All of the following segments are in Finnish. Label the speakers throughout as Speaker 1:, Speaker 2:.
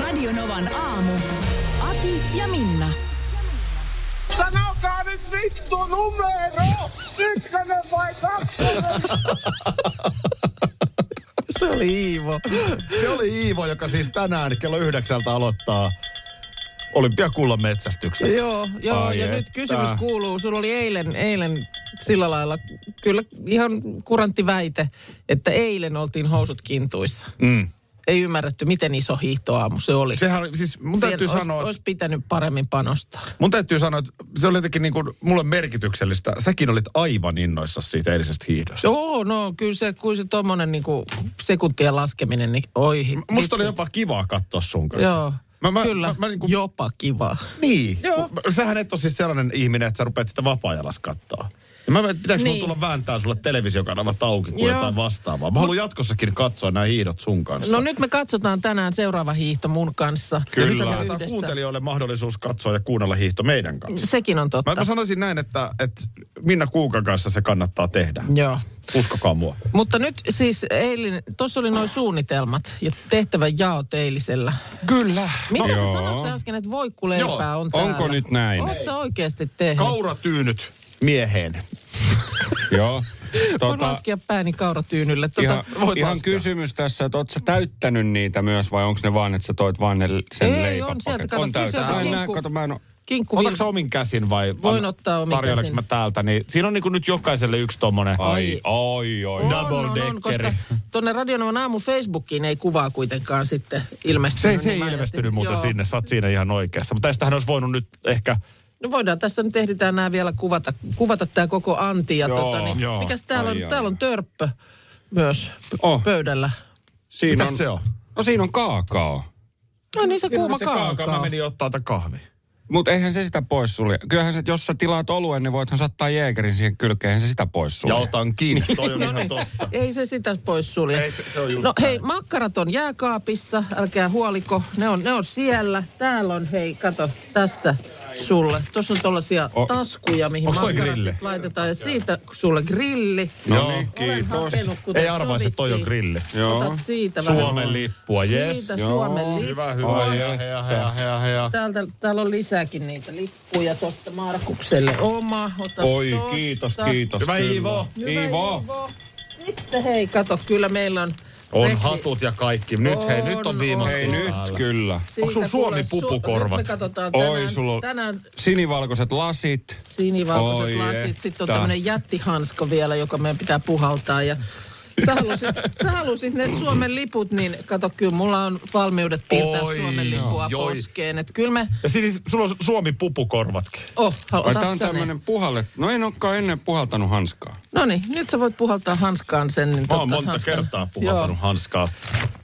Speaker 1: Radionovan aamu. Ati ja Minna.
Speaker 2: Sanokaa nyt vittu numero! Ykkönen vai kakkonen?
Speaker 3: Se oli Iivo.
Speaker 4: Se oli Iivo, joka siis tänään kello yhdeksältä aloittaa olympiakullan metsästyksen.
Speaker 3: Joo, joo
Speaker 4: Ai
Speaker 3: ja nyt
Speaker 4: että.
Speaker 3: kysymys kuuluu, sulla oli eilen, eilen sillä lailla, kyllä ihan kurantti väite, että eilen oltiin housut kintuissa.
Speaker 4: Mm.
Speaker 3: Ei ymmärretty, miten iso hiihtoaamu se oli.
Speaker 4: Sehän oli, siis mun täytyy,
Speaker 3: olisi,
Speaker 4: sanoa,
Speaker 3: olisi
Speaker 4: että,
Speaker 3: pitänyt paremmin panostaa.
Speaker 4: mun täytyy sanoa, että se oli jotenkin niin kuin mulle merkityksellistä. Säkin olit aivan innoissa siitä eilisestä hiihdosta.
Speaker 3: Joo, no kyllä se, kun se tommonen niinku sekuntien laskeminen, niin oi.
Speaker 4: M- Musta oli jopa kivaa katsoa sun kanssa.
Speaker 3: Joo,
Speaker 4: Mä, mä,
Speaker 3: kyllä,
Speaker 4: Mä, mä niin kuin,
Speaker 3: jopa kiva.
Speaker 4: Niin.
Speaker 3: Joo.
Speaker 4: M- Sähän et ole siis sellainen ihminen, että sä rupeat sitä vapaa-ajalas kattaa. Ja mä, pitääkö niin.
Speaker 3: Niin.
Speaker 4: tulla vääntää sulle televisiokanavat auki kuin
Speaker 3: Joo.
Speaker 4: jotain vastaavaa? Mä haluan jatkossakin katsoa nämä hiidot sun kanssa.
Speaker 3: No nyt me katsotaan tänään seuraava hiihto mun kanssa.
Speaker 4: Ja nyt me
Speaker 3: Yhdessä.
Speaker 4: annetaan kuuntelijoille mahdollisuus katsoa ja kuunnella hiihto meidän kanssa.
Speaker 3: Sekin on totta.
Speaker 4: Mä, mä sanoisin näin, että, että Minna Kuukan kanssa se kannattaa tehdä.
Speaker 3: Joo.
Speaker 4: Uskokaa mua.
Speaker 3: Mutta nyt siis eilen, tuossa oli noin suunnitelmat ja tehtävän jaot eilisellä.
Speaker 5: Kyllä.
Speaker 3: Mitä
Speaker 5: No,
Speaker 3: sä sanoit sä äsken, että voikkuleipää
Speaker 4: Joo.
Speaker 3: on täällä?
Speaker 5: Onko nyt näin?
Speaker 3: Oot sä oikeasti tehnyt?
Speaker 4: Kauratyynyt mieheen.
Speaker 5: Joo. Tota,
Speaker 3: Voin
Speaker 4: Tota-
Speaker 3: laskea pääni kauratyynylle. Tota,
Speaker 5: ihan,
Speaker 4: voit
Speaker 5: ihan
Speaker 4: laskea.
Speaker 5: kysymys tässä, että ootko sä täyttänyt niitä myös vai onko ne vaan, että sä toit vaan ne, sen
Speaker 3: Ei,
Speaker 5: leipäpaketin?
Speaker 3: on sieltä, kato,
Speaker 5: on
Speaker 3: kyllä
Speaker 5: täyttä.
Speaker 3: sieltä
Speaker 5: Ai, nää,
Speaker 3: kinkku-
Speaker 5: kato, mä en oo-
Speaker 3: Kinkku
Speaker 4: Otatko sä omin käsin vai?
Speaker 3: Voin ottaa omin
Speaker 4: Tarjoileks
Speaker 3: käsin.
Speaker 4: mä täältä? Niin, siinä on niin nyt jokaiselle yksi tommonen.
Speaker 5: ai, ai, ai.
Speaker 4: Double deckeri.
Speaker 3: koska tuonne Radionavan aamu Facebookiin ei kuvaa kuitenkaan sitten ilmestynyt.
Speaker 4: Se, ei- se
Speaker 3: niin
Speaker 4: ei
Speaker 3: mä ajattelin-
Speaker 4: ilmestynyt muuten
Speaker 3: Joo.
Speaker 4: sinne, sä oot siinä ihan oikeassa. Mutta tästähän olisi voinut nyt ehkä...
Speaker 3: No voidaan tässä nyt ehditään nämä vielä kuvata, kuvata tämä koko Antti. Ja
Speaker 5: Joo,
Speaker 3: tota, niin,
Speaker 4: joo.
Speaker 3: Mikäs täällä on?
Speaker 5: Ai, ai,
Speaker 3: täällä on
Speaker 5: ai.
Speaker 3: törppö myös p-
Speaker 5: Oh.
Speaker 3: pöydällä.
Speaker 5: Siinä
Speaker 4: Mitäs se on?
Speaker 5: No siinä on kaakao.
Speaker 3: No niin se kuuma
Speaker 4: Se kaakao, Mä
Speaker 3: kaakao.
Speaker 4: menin ottaa tätä kahvi.
Speaker 5: Mutta eihän se sitä pois sulje. Kyllähän se, jos sä tilaat oluen, niin voithan sattaa jeekerin siihen kylkeen. Eihän se sitä pois
Speaker 4: Ja
Speaker 5: sulje.
Speaker 4: otan kiinni, toi
Speaker 3: No
Speaker 4: on
Speaker 3: niin.
Speaker 4: ihan totta.
Speaker 3: Ei se sitä pois sulje.
Speaker 4: Ei, se- se on just
Speaker 3: no
Speaker 4: näin.
Speaker 3: hei, makkarat on jääkaapissa, älkää huoliko. Ne on, ne on siellä. Täällä on, hei, kato, tästä sulle. Tuossa on tuollaisia
Speaker 5: O-
Speaker 3: taskuja, mihin
Speaker 4: Onks toi
Speaker 3: makkarat
Speaker 4: grilli?
Speaker 3: laitetaan. Ja siitä sulle grilli.
Speaker 5: No niin,
Speaker 3: Olen
Speaker 5: kiitos.
Speaker 3: hakenut, kuten
Speaker 4: Ei arvaisi, että toi on
Speaker 3: sovittiin.
Speaker 4: grilli.
Speaker 5: Joo.
Speaker 3: Otat siitä
Speaker 4: Suomen
Speaker 3: vähän.
Speaker 4: lippua, jes.
Speaker 3: Siitä
Speaker 5: Joo.
Speaker 3: Suomen lippua.
Speaker 4: Hyvä, hyvä.
Speaker 5: Ai
Speaker 4: hea,
Speaker 5: että.
Speaker 4: hea, hea, hea, hea.
Speaker 3: Täältä, täällä on lisääkin niitä lippuja tuosta Markukselle. Oma, ota
Speaker 5: Oi,
Speaker 3: tosta.
Speaker 5: kiitos, kiitos.
Speaker 4: Hyvä
Speaker 5: kyllä.
Speaker 4: Iivo.
Speaker 3: Hyvä,
Speaker 5: Iivo.
Speaker 3: Sitten hei, kato, kyllä meillä on...
Speaker 4: On
Speaker 3: rehti-
Speaker 4: hatut ja kaikki. Nyt hei, nyt on
Speaker 3: On,
Speaker 4: viimeinen.
Speaker 5: Hei nyt kyllä.
Speaker 3: Siitä
Speaker 4: Onks sun
Speaker 3: kuule
Speaker 4: Suomi-pupukorvat?
Speaker 3: Nyt me katsotaan tänään,
Speaker 5: Oi, sulla on
Speaker 3: tänään
Speaker 5: sinivalkoiset lasit.
Speaker 3: sinivalkoiset
Speaker 5: Oi
Speaker 3: lasit.
Speaker 5: että.
Speaker 3: Sitten on tämmöinen jättihansko vielä, joka meidän pitää puhaltaa. Ja sä halusit, sä halusit ne Suomen liput, niin kato, kyllä mulla on valmiudet piirtää
Speaker 4: Oi,
Speaker 3: Suomen
Speaker 5: no,
Speaker 3: lipua
Speaker 4: joi.
Speaker 3: poskeen. Että kyllä me...
Speaker 4: Ja siis sulla on Suomi-pupukorvatkin.
Speaker 3: Oh, hal,
Speaker 5: Ai
Speaker 3: otat
Speaker 5: tää on
Speaker 3: sä ne?
Speaker 5: tämmönen puhalle. No en olekaan ennen puhaltanut hanskaa.
Speaker 3: No niin, nyt sä voit puhaltaa hanskaan sen. Niin
Speaker 4: Mä oon
Speaker 3: tota,
Speaker 4: monta
Speaker 3: hanskan-
Speaker 4: kertaa puhaltanut
Speaker 3: Joo,
Speaker 4: hanskaa.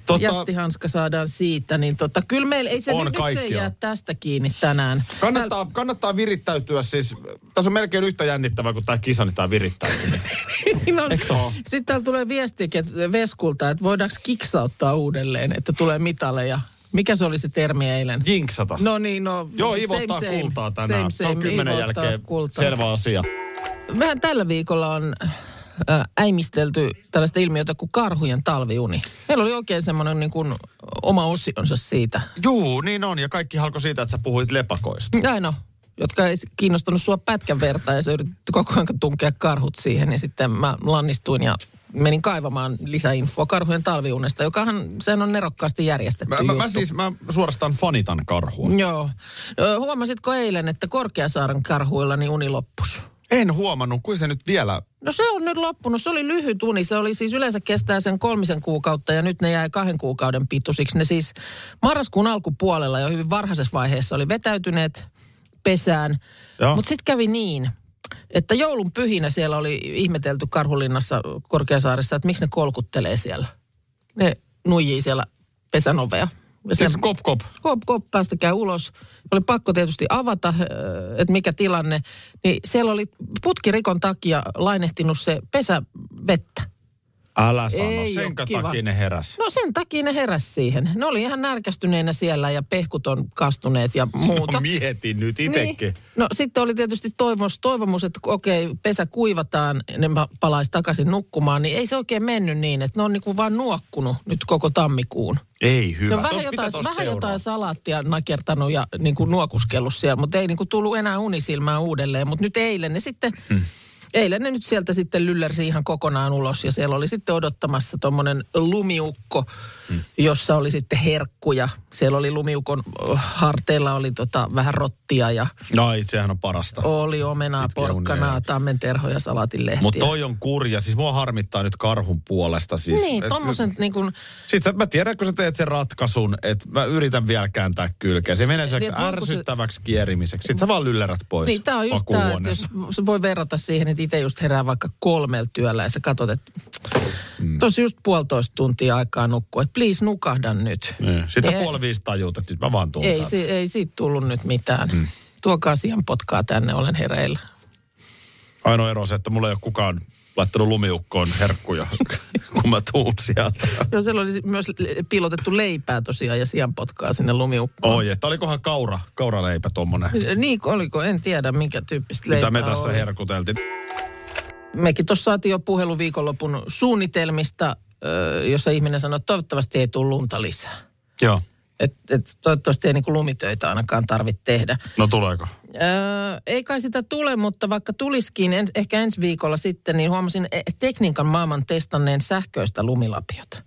Speaker 4: Tota,
Speaker 3: jättihanska saadaan siitä, niin tota, kyllä meillä ei se,
Speaker 4: On
Speaker 3: nyt, nyt se ei
Speaker 4: kaikkea.
Speaker 3: jää tästä kiinni tänään.
Speaker 4: kannattaa, kannattaa virittäytyä siis. Tässä on melkein yhtä jännittävää kuin tämä kisa, niin tämä virittäytyminen.
Speaker 3: no, Sitten täällä tulee viestikin että Veskulta, että voidaanko kiksauttaa uudelleen, että tulee mitaleja. Mikä se oli se termi eilen?
Speaker 4: Jinksata.
Speaker 3: No niin, no
Speaker 4: Joo, Ivo ottaa kultaa
Speaker 3: Same,
Speaker 4: tänään. se on
Speaker 3: same,
Speaker 4: kymmenen
Speaker 3: Ivo ottaa
Speaker 4: jälkeen
Speaker 3: kultaa.
Speaker 4: selvä asia.
Speaker 3: Vähän tällä viikolla on äh, äimistelty tällaista ilmiötä kuin karhujen talviuni. Meillä oli oikein semmoinen niin kuin oma osionsa siitä.
Speaker 4: Juu, niin on. Ja kaikki alkoi siitä, että sä puhuit lepakoista.
Speaker 3: Näin on no, jotka ei kiinnostanut sua pätkän verta ja se yritti koko ajan tunkea karhut siihen. Ja sitten mä lannistuin ja menin kaivamaan lisäinfoa karhujen talviunesta, jokahan sen on nerokkaasti järjestetty
Speaker 4: Mä, mä, mä
Speaker 3: juttu.
Speaker 4: siis mä suorastaan fanitan karhua.
Speaker 3: Joo. Ö, Huomasitko eilen, että Korkeasaaren karhuilla niin uni loppus?
Speaker 4: En huomannut, kuin se nyt vielä...
Speaker 3: No se on nyt loppunut. Se oli lyhyt uni. Se oli siis yleensä kestää sen kolmisen kuukautta ja nyt ne jäi kahden kuukauden pituisiksi. Ne siis marraskuun alkupuolella jo hyvin varhaisessa vaiheessa oli vetäytyneet pesään.
Speaker 4: Joo.
Speaker 3: Mutta sitten kävi niin, että joulun pyhinä siellä oli ihmetelty Karhulinnassa Korkeasaaressa, että miksi ne kolkuttelee siellä. Ne nuijii siellä pesän ovea. Ja
Speaker 5: Siis
Speaker 3: sen-
Speaker 5: kop kop.
Speaker 3: kop, kop, päästäkää ulos. Oli pakko tietysti avata, ö, että mikä tilanne. Niin siellä oli putkirikon takia lainehtinut se pesä vettä.
Speaker 4: Älä sano,
Speaker 3: Ei oo
Speaker 4: senkö
Speaker 3: kiva.
Speaker 4: takia ne heräs.
Speaker 3: No sen takia ne heräs siihen. Ne oli ihan närkästyneinä siellä ja pehkut on kastuneet ja muuta.
Speaker 4: No, mietin nyt itekin.
Speaker 3: Niin. No sitten oli tietysti toivomus, toivomus että kun okei, pesä kuivataan, ne ma- palaisi takaisin nukkumaan, niin ei se oikein mennyt niin, että ne on niinku vaan nuokkunut nyt koko tammikuun.
Speaker 4: Ei hyvä.
Speaker 3: No vähän,
Speaker 4: Tosta pitää
Speaker 3: jotain,
Speaker 4: tosta
Speaker 3: vähän
Speaker 4: seuraa.
Speaker 3: jotain salaattia nakertanut ja niin kuin nuokuskellut siellä, mutta ei niin kuin tullut enää unisilmään uudelleen. Mutta nyt eilen ne sitten, hmm. eilen ne nyt sieltä sitten lyllersi ihan kokonaan ulos ja siellä oli sitten odottamassa tuommoinen lumiukko, hmm. jossa oli sitten herkkuja. Siellä oli lumiukon oh, harteilla oli tota vähän rottia ja
Speaker 4: No ei, sehän on parasta.
Speaker 3: oli omenaa,
Speaker 4: Mitkä
Speaker 3: porkkanaa,
Speaker 4: unelmia.
Speaker 3: tammenterhoja, salaatinlehtiä.
Speaker 4: Mutta toi on kurja. Siis mua harmittaa nyt karhun puolesta. Siis,
Speaker 3: Niin,
Speaker 4: Et-
Speaker 3: tommosen niin kuin...
Speaker 4: Sitten sä- mä tiedän, kun sä teet sen ratkaisun, että mä yritän vielä kääntää kylkeä. Se menee sellaiseksi
Speaker 3: Niin, että voiko se-
Speaker 4: ärsyttäväksi kierimiseksi. Sitten sä vaan lyllerät pois
Speaker 3: Niin, tämä on just tämä, että
Speaker 4: makuuhuoneesta.
Speaker 3: jos se voi verrata siihen, että itse just herää vaikka kolmelta työllä ja sä katsot, että mm. tosi just puolitoista tuntia aikaa nukkua, että please nukahda nyt.
Speaker 4: Niin. Sitten sä
Speaker 3: Ei.
Speaker 4: puoli viisi tajuut, että nyt mä vaan tuun
Speaker 3: Ei,
Speaker 4: täältä.
Speaker 3: si, ei siitä tullut nyt mitään. Mm. Tuokaa sian potkaa tänne, olen hereillä.
Speaker 4: Ainoa ero on se, että mulla ei ole kukaan laittanut lumiukkoon herkkuja, kun mä tuun sieltä.
Speaker 3: Joo, siellä oli myös piilotettu leipää tosiaan ja sian potkaa sinne lumiukkoon.
Speaker 4: Oi, että olikohan kaura, kauraleipä tuommoinen,
Speaker 3: Niin, oliko? En tiedä, minkä tyyppistä leipää
Speaker 4: mitä me tässä
Speaker 3: oli.
Speaker 4: herkuteltiin.
Speaker 3: Mekin tuossa saatiin jo puhelu viikonlopun suunnitelmista, ö, jossa ihminen sanoi, että toivottavasti ei tule lunta lisää.
Speaker 4: Joo,
Speaker 3: Et, et toivottavasti ei niinku lumitöitä ainakaan tarvitse tehdä.
Speaker 4: no tuleeko?
Speaker 3: Öö, ei kai sitä tule, mutta vaikka tulisikin en, ehkä ensi viikolla sitten, niin huomasin eh, tekniikan maailman testanneen sähköistä lumilapiota.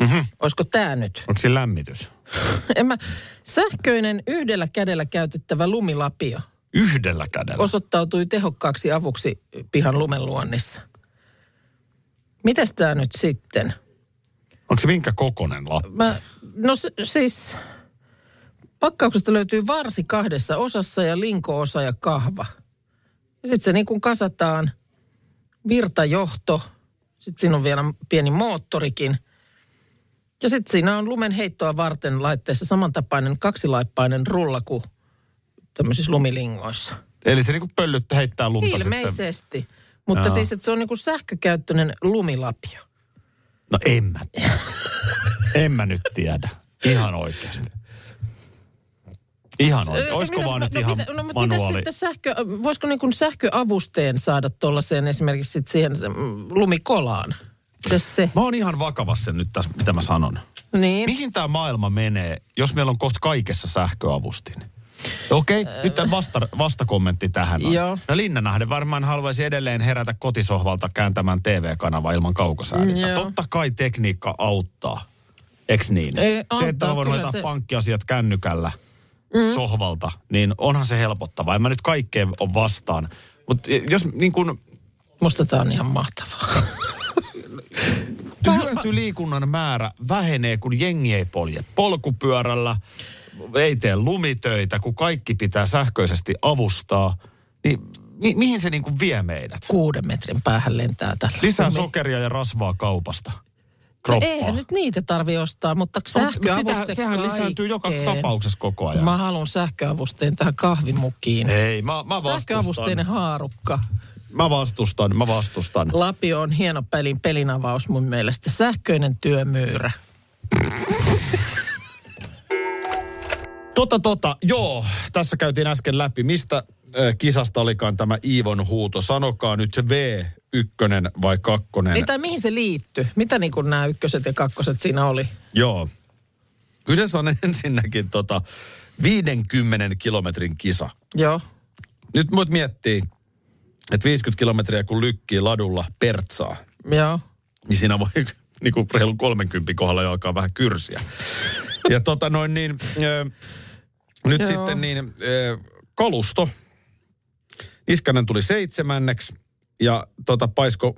Speaker 3: Mm-hmm. Olisiko tämä nyt?
Speaker 4: Onko siinä lämmitys?
Speaker 3: En mä, sähköinen yhdellä kädellä käytettävä lumilapio
Speaker 4: Yhdellä kädellä.
Speaker 3: osoittautui tehokkaaksi avuksi pihan lumenluonnissa. Mitäs tämä nyt sitten?
Speaker 4: Onko se minkä kokonen lappu?
Speaker 3: Mä, no s- siis, pakkauksesta löytyy varsi kahdessa osassa ja linkoosa ja kahva. Ja sitten se niin kuin kasataan, virtajohto, sitten siinä on vielä pieni moottorikin. Ja sitten siinä on lumen heittoa varten laitteessa samantapainen kaksilaippainen rulla kuin tämmöisissä lumilingoissa.
Speaker 4: Eli se niinku pöllyt heittää lunta sitten.
Speaker 3: Ilmeisesti. Mutta
Speaker 4: Joo.
Speaker 3: siis, että se on niin kuin sähkökäyttöinen lumilapio.
Speaker 4: No en mä tiedä. en mä nyt tiedä. Ihan oikeasti. Ihan oikeasti.
Speaker 3: Ö,
Speaker 4: Olisiko
Speaker 3: mitäs-
Speaker 4: vaan nyt
Speaker 3: no,
Speaker 4: ihan
Speaker 3: mitä- no, mutta mitäs
Speaker 4: manuaali?
Speaker 3: sitten sähkö, voisiko niin kuin sähköavusteen saada tuollaiseen esimerkiksi sit siihen se, mm, lumikolaan? Mitäs se?
Speaker 4: Mä oon ihan vakavassa nyt tässä, mitä mä sanon.
Speaker 3: Niin.
Speaker 4: Mihin tämä maailma menee, jos meillä on kohta kaikessa sähköavustin? Okei, okay, nyt tää vasta, vastakommentti tähän. On.
Speaker 3: Joo.
Speaker 4: No Linna nähden varmaan haluaisi edelleen herätä kotisohvalta kääntämään TV-kanavaa ilman kaukosäädintä.
Speaker 3: Mm, joo.
Speaker 4: Totta kai tekniikka auttaa. Eks niin?
Speaker 3: Ei,
Speaker 4: se,
Speaker 3: auttaa,
Speaker 4: että mä voin
Speaker 3: kyllä
Speaker 4: hoitaa
Speaker 3: se-
Speaker 4: pankkiasiat kännykällä mm. sohvalta, niin onhan se helpottavaa. En mä nyt kaikkeen ole vastaan. Mutta jos niin kun,
Speaker 3: Musta tää on ihan mahtavaa.
Speaker 4: hyötyliikunnan määrä vähenee, kun jengi ei polje polkupyörällä, ei tee lumitöitä, kun kaikki pitää sähköisesti avustaa, niin mi- mihin se niin kuin vie meidät?
Speaker 3: Kuuden metrin päähän lentää tällä.
Speaker 4: Lisää
Speaker 3: lumi.
Speaker 4: sokeria ja rasvaa kaupasta.
Speaker 3: No
Speaker 4: Kroppaa.
Speaker 3: Eihän nyt niitä tarvi ostaa, mutta
Speaker 4: Mutta
Speaker 3: sähköavuste
Speaker 4: sitähän- Sehän lisääntyy joka
Speaker 3: kaikkeen.
Speaker 4: tapauksessa koko ajan.
Speaker 3: Mä haluan sähköavusteen tähän kahvimukiin.
Speaker 4: Ei, mä, mä
Speaker 3: Sähköavusteinen
Speaker 4: vastustan.
Speaker 3: haarukka.
Speaker 4: Mä vastustan, mä vastustan.
Speaker 3: Lapio on hieno pelin pelinavaus mun mielestä. Sähköinen työmyyrä.
Speaker 4: Tota, tota, joo. Tässä käytiin äsken läpi, mistä ö, kisasta olikaan tämä Iivon huuto. Sanokaa nyt V, ykkönen vai kakkonen.
Speaker 3: Niin, tai mihin se liittyy? Mitä niin kuin nämä ykköset ja kakkoset siinä oli?
Speaker 4: Joo. Kyseessä on ensinnäkin tota 50 kilometrin kisa.
Speaker 3: Joo.
Speaker 4: Nyt muut miettii, että 50 kilometriä kun lykkii ladulla pertsaa,
Speaker 3: Joo.
Speaker 4: niin siinä voi niinku reilun 30 kohdalla jo alkaa vähän kyrsiä. Ja tota noin niin, ö, nyt
Speaker 3: Joo.
Speaker 4: Joo. sitten niin ö, kalusto. Niskanen tuli seitsemänneksi ja tota paisko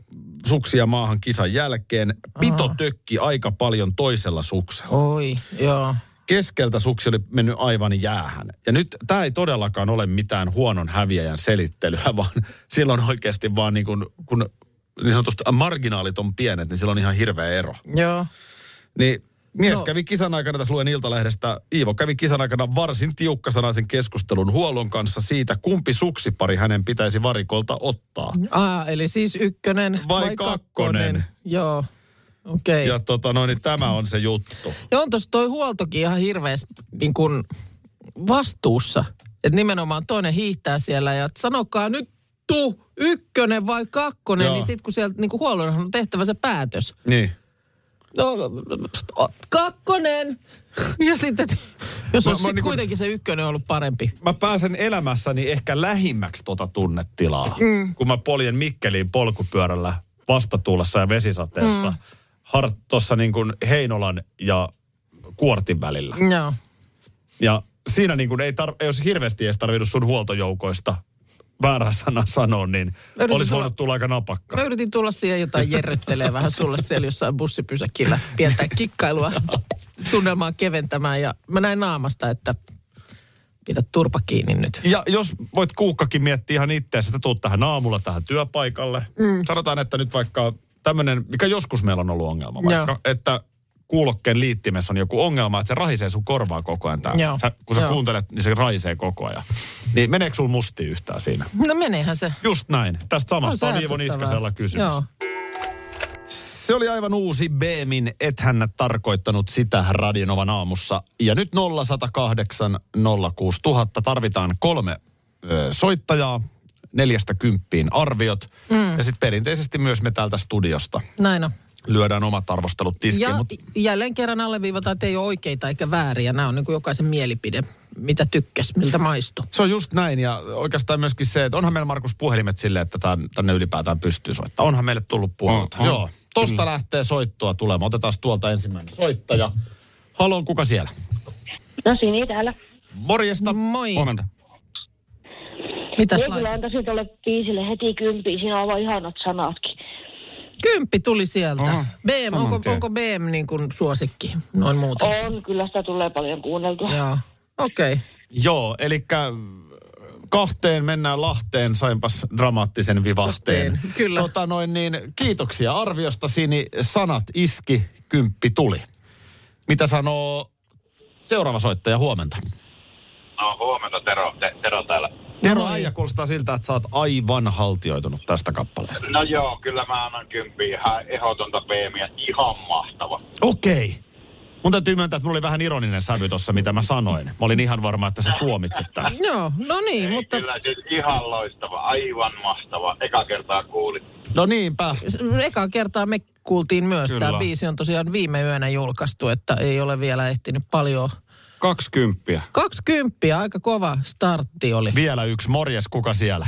Speaker 4: suksia maahan kisan jälkeen. Pito tökki aika paljon toisella suksella.
Speaker 3: Oi, joo.
Speaker 4: keskeltä suksi oli mennyt aivan jäähän. Ja nyt tämä ei todellakaan ole mitään huonon häviäjän selittelyä, vaan silloin oikeasti vaan niin kuin, kun niin sanotusti marginaalit on pienet, niin silloin on ihan hirveä ero.
Speaker 3: Joo.
Speaker 4: Niin Mies
Speaker 3: No.
Speaker 4: no. kävi kisan aikana, tässä luen Iltalehdestä, Iivo kävi kisan aikana varsin tiukkasanaisen keskustelun huollon kanssa siitä, kumpi suksipari hänen pitäisi varikolta ottaa.
Speaker 3: Ah, eli siis ykkönen vai,
Speaker 4: Vai
Speaker 3: kakkonen.
Speaker 4: kakkonen.
Speaker 3: Joo, okei.
Speaker 4: Ja
Speaker 3: Okay.
Speaker 4: tota noin, niin tämä on se juttu.
Speaker 3: Ja on tuossa toi huoltokin ihan hirveässä niin kun vastuussa. Että nimenomaan toinen hiihtää siellä ja et sanokaa nyt tu, ykkönen vai kakkonen, Joo.
Speaker 4: Joo.
Speaker 3: niin sitten kun sieltä niin kun huollonhan on tehtävä se päätös.
Speaker 4: Niin.
Speaker 3: No, o- kakkonen! Ja sitten, et jos
Speaker 4: Mä-
Speaker 3: on
Speaker 4: mä
Speaker 3: sit
Speaker 4: niinku-
Speaker 3: kuitenkin se ykkönen ollut parempi.
Speaker 4: Mä pääsen elämässäni ehkä lähimmäksi tota tunnetilaa, mm. kun mä poljen Mikkeliin polkupyörällä vastatuulessa ja vesisateessa. Mm. Tuossa niin kuin Heinolan ja Kuortin välillä.
Speaker 3: Joo.
Speaker 4: Ja siinä niin kuin ei, tar- ei olisi hirveästi edes tarvinnut sun huoltojoukoista väärä sana sanoa, niin
Speaker 3: Yritin
Speaker 4: olisi
Speaker 3: tulla-
Speaker 4: voinut tulla aika napakka.
Speaker 3: Mä yritin tulla siihen jotain jerrettelee vähän sulle siellä jossain bussipysäkillä. Pientä kikkailua tunnelmaa keventämään ja mä näin naamasta, että pidä turpa kiinni nyt.
Speaker 4: Ja jos voit kuukkakin miettiä ihan itseäsi, että tuut tähän aamulla tähän työpaikalle. Mm. Sanotaan, että nyt vaikka tämmöinen, mikä joskus meillä on ollut ongelma, vaikka,
Speaker 3: Joo.
Speaker 4: että kuulokkeen liittimessä on joku ongelma, että se rahisee sun korvaa koko ajan. Tää.
Speaker 3: Joo.
Speaker 4: Sä, kun sä
Speaker 3: Joo.
Speaker 4: kuuntelet, niin se rahisee koko ajan. Niin meneekö sulla musti yhtään siinä?
Speaker 3: No meneehän se.
Speaker 4: Just näin. Tästä samasta
Speaker 3: se
Speaker 4: on Iivo
Speaker 3: ärsyttävää.
Speaker 4: Niskasella kysymys.
Speaker 3: Joo.
Speaker 4: Se oli aivan uusi Beemin, ethän tarkoittanut sitä Radionovan aamussa. Ja nyt 0108 06000 tarvitaan kolme ö, soittajaa, neljästä kymppiin arviot. Mm. Ja sitten perinteisesti myös me täältä studiosta
Speaker 3: Näin on.
Speaker 4: lyödään omat arvostelut tiskiin.
Speaker 3: Ja
Speaker 4: Mut,
Speaker 3: jälleen kerran alleviivataan, että ei ole oikeita eikä vääriä. Nämä on niin kuin jokaisen mielipide, mitä tykkäs, miltä maistuu.
Speaker 4: se on just näin ja oikeastaan myöskin se, että onhan meillä Markus puhelimet sille, että tän, tänne ylipäätään pystyy soittamaan. Onhan meille tullut puolelta.
Speaker 5: On, on.
Speaker 4: Joo. Tosta lähtee soittoa tulemaan. Otetaan tuolta ensimmäinen soittaja. Haloo, kuka siellä?
Speaker 6: No Sini täällä.
Speaker 4: Morjesta.
Speaker 3: Moi.
Speaker 5: Huomenta.
Speaker 3: Mitäs
Speaker 6: Minä kyllä
Speaker 3: laitat?
Speaker 6: antaisin tuolle biisille heti kympiä, siinä on aivan ihanat sanatkin.
Speaker 3: Kymppi tuli sieltä.
Speaker 5: Aha,
Speaker 3: BM,
Speaker 5: saman
Speaker 3: onko,
Speaker 5: tien.
Speaker 3: onko BM niin kuin suosikki? Noin muuten.
Speaker 6: On, kyllä sitä tulee paljon kuunneltua.
Speaker 3: Joo. Okei. Okay.
Speaker 4: Joo, eli kahteen mennään Lahteen, sainpas dramaattisen vivahteen.
Speaker 3: Lahteen, kyllä.
Speaker 4: Tota noin niin, kiitoksia arviosta, Sini. Sanat iski, kymppi tuli. Mitä sanoo seuraava soittaja huomenta?
Speaker 7: No huomenta Tero, Te, Tero täällä.
Speaker 4: Tero Aija kuulostaa siltä, että sä oot aivan haltioitunut tästä kappaleesta.
Speaker 7: No joo, kyllä mä annan kymppiä. Ihan ehdotonta peemiä. Ihan mahtava.
Speaker 4: Okei. Okay. Mun täytyy myöntää, että mulla oli vähän ironinen sävy tuossa, mitä mä sanoin. Mä olin ihan varma, että sä tuomitset tämän.
Speaker 3: Joo, no niin,
Speaker 7: Ei,
Speaker 3: mutta
Speaker 7: Kyllä siis ihan loistava. Aivan mahtava. Eka kertaa kuulit.
Speaker 4: No niinpä.
Speaker 3: eka kertaa me kuultiin myös. Kyllä. Tämä
Speaker 5: Kyllä.
Speaker 3: biisi on tosiaan viime yönä julkaistu, että ei ole vielä ehtinyt paljon.
Speaker 5: Kaksikymppiä.
Speaker 3: 20, aika kova startti oli.
Speaker 4: Vielä yksi. Morjes, kuka siellä?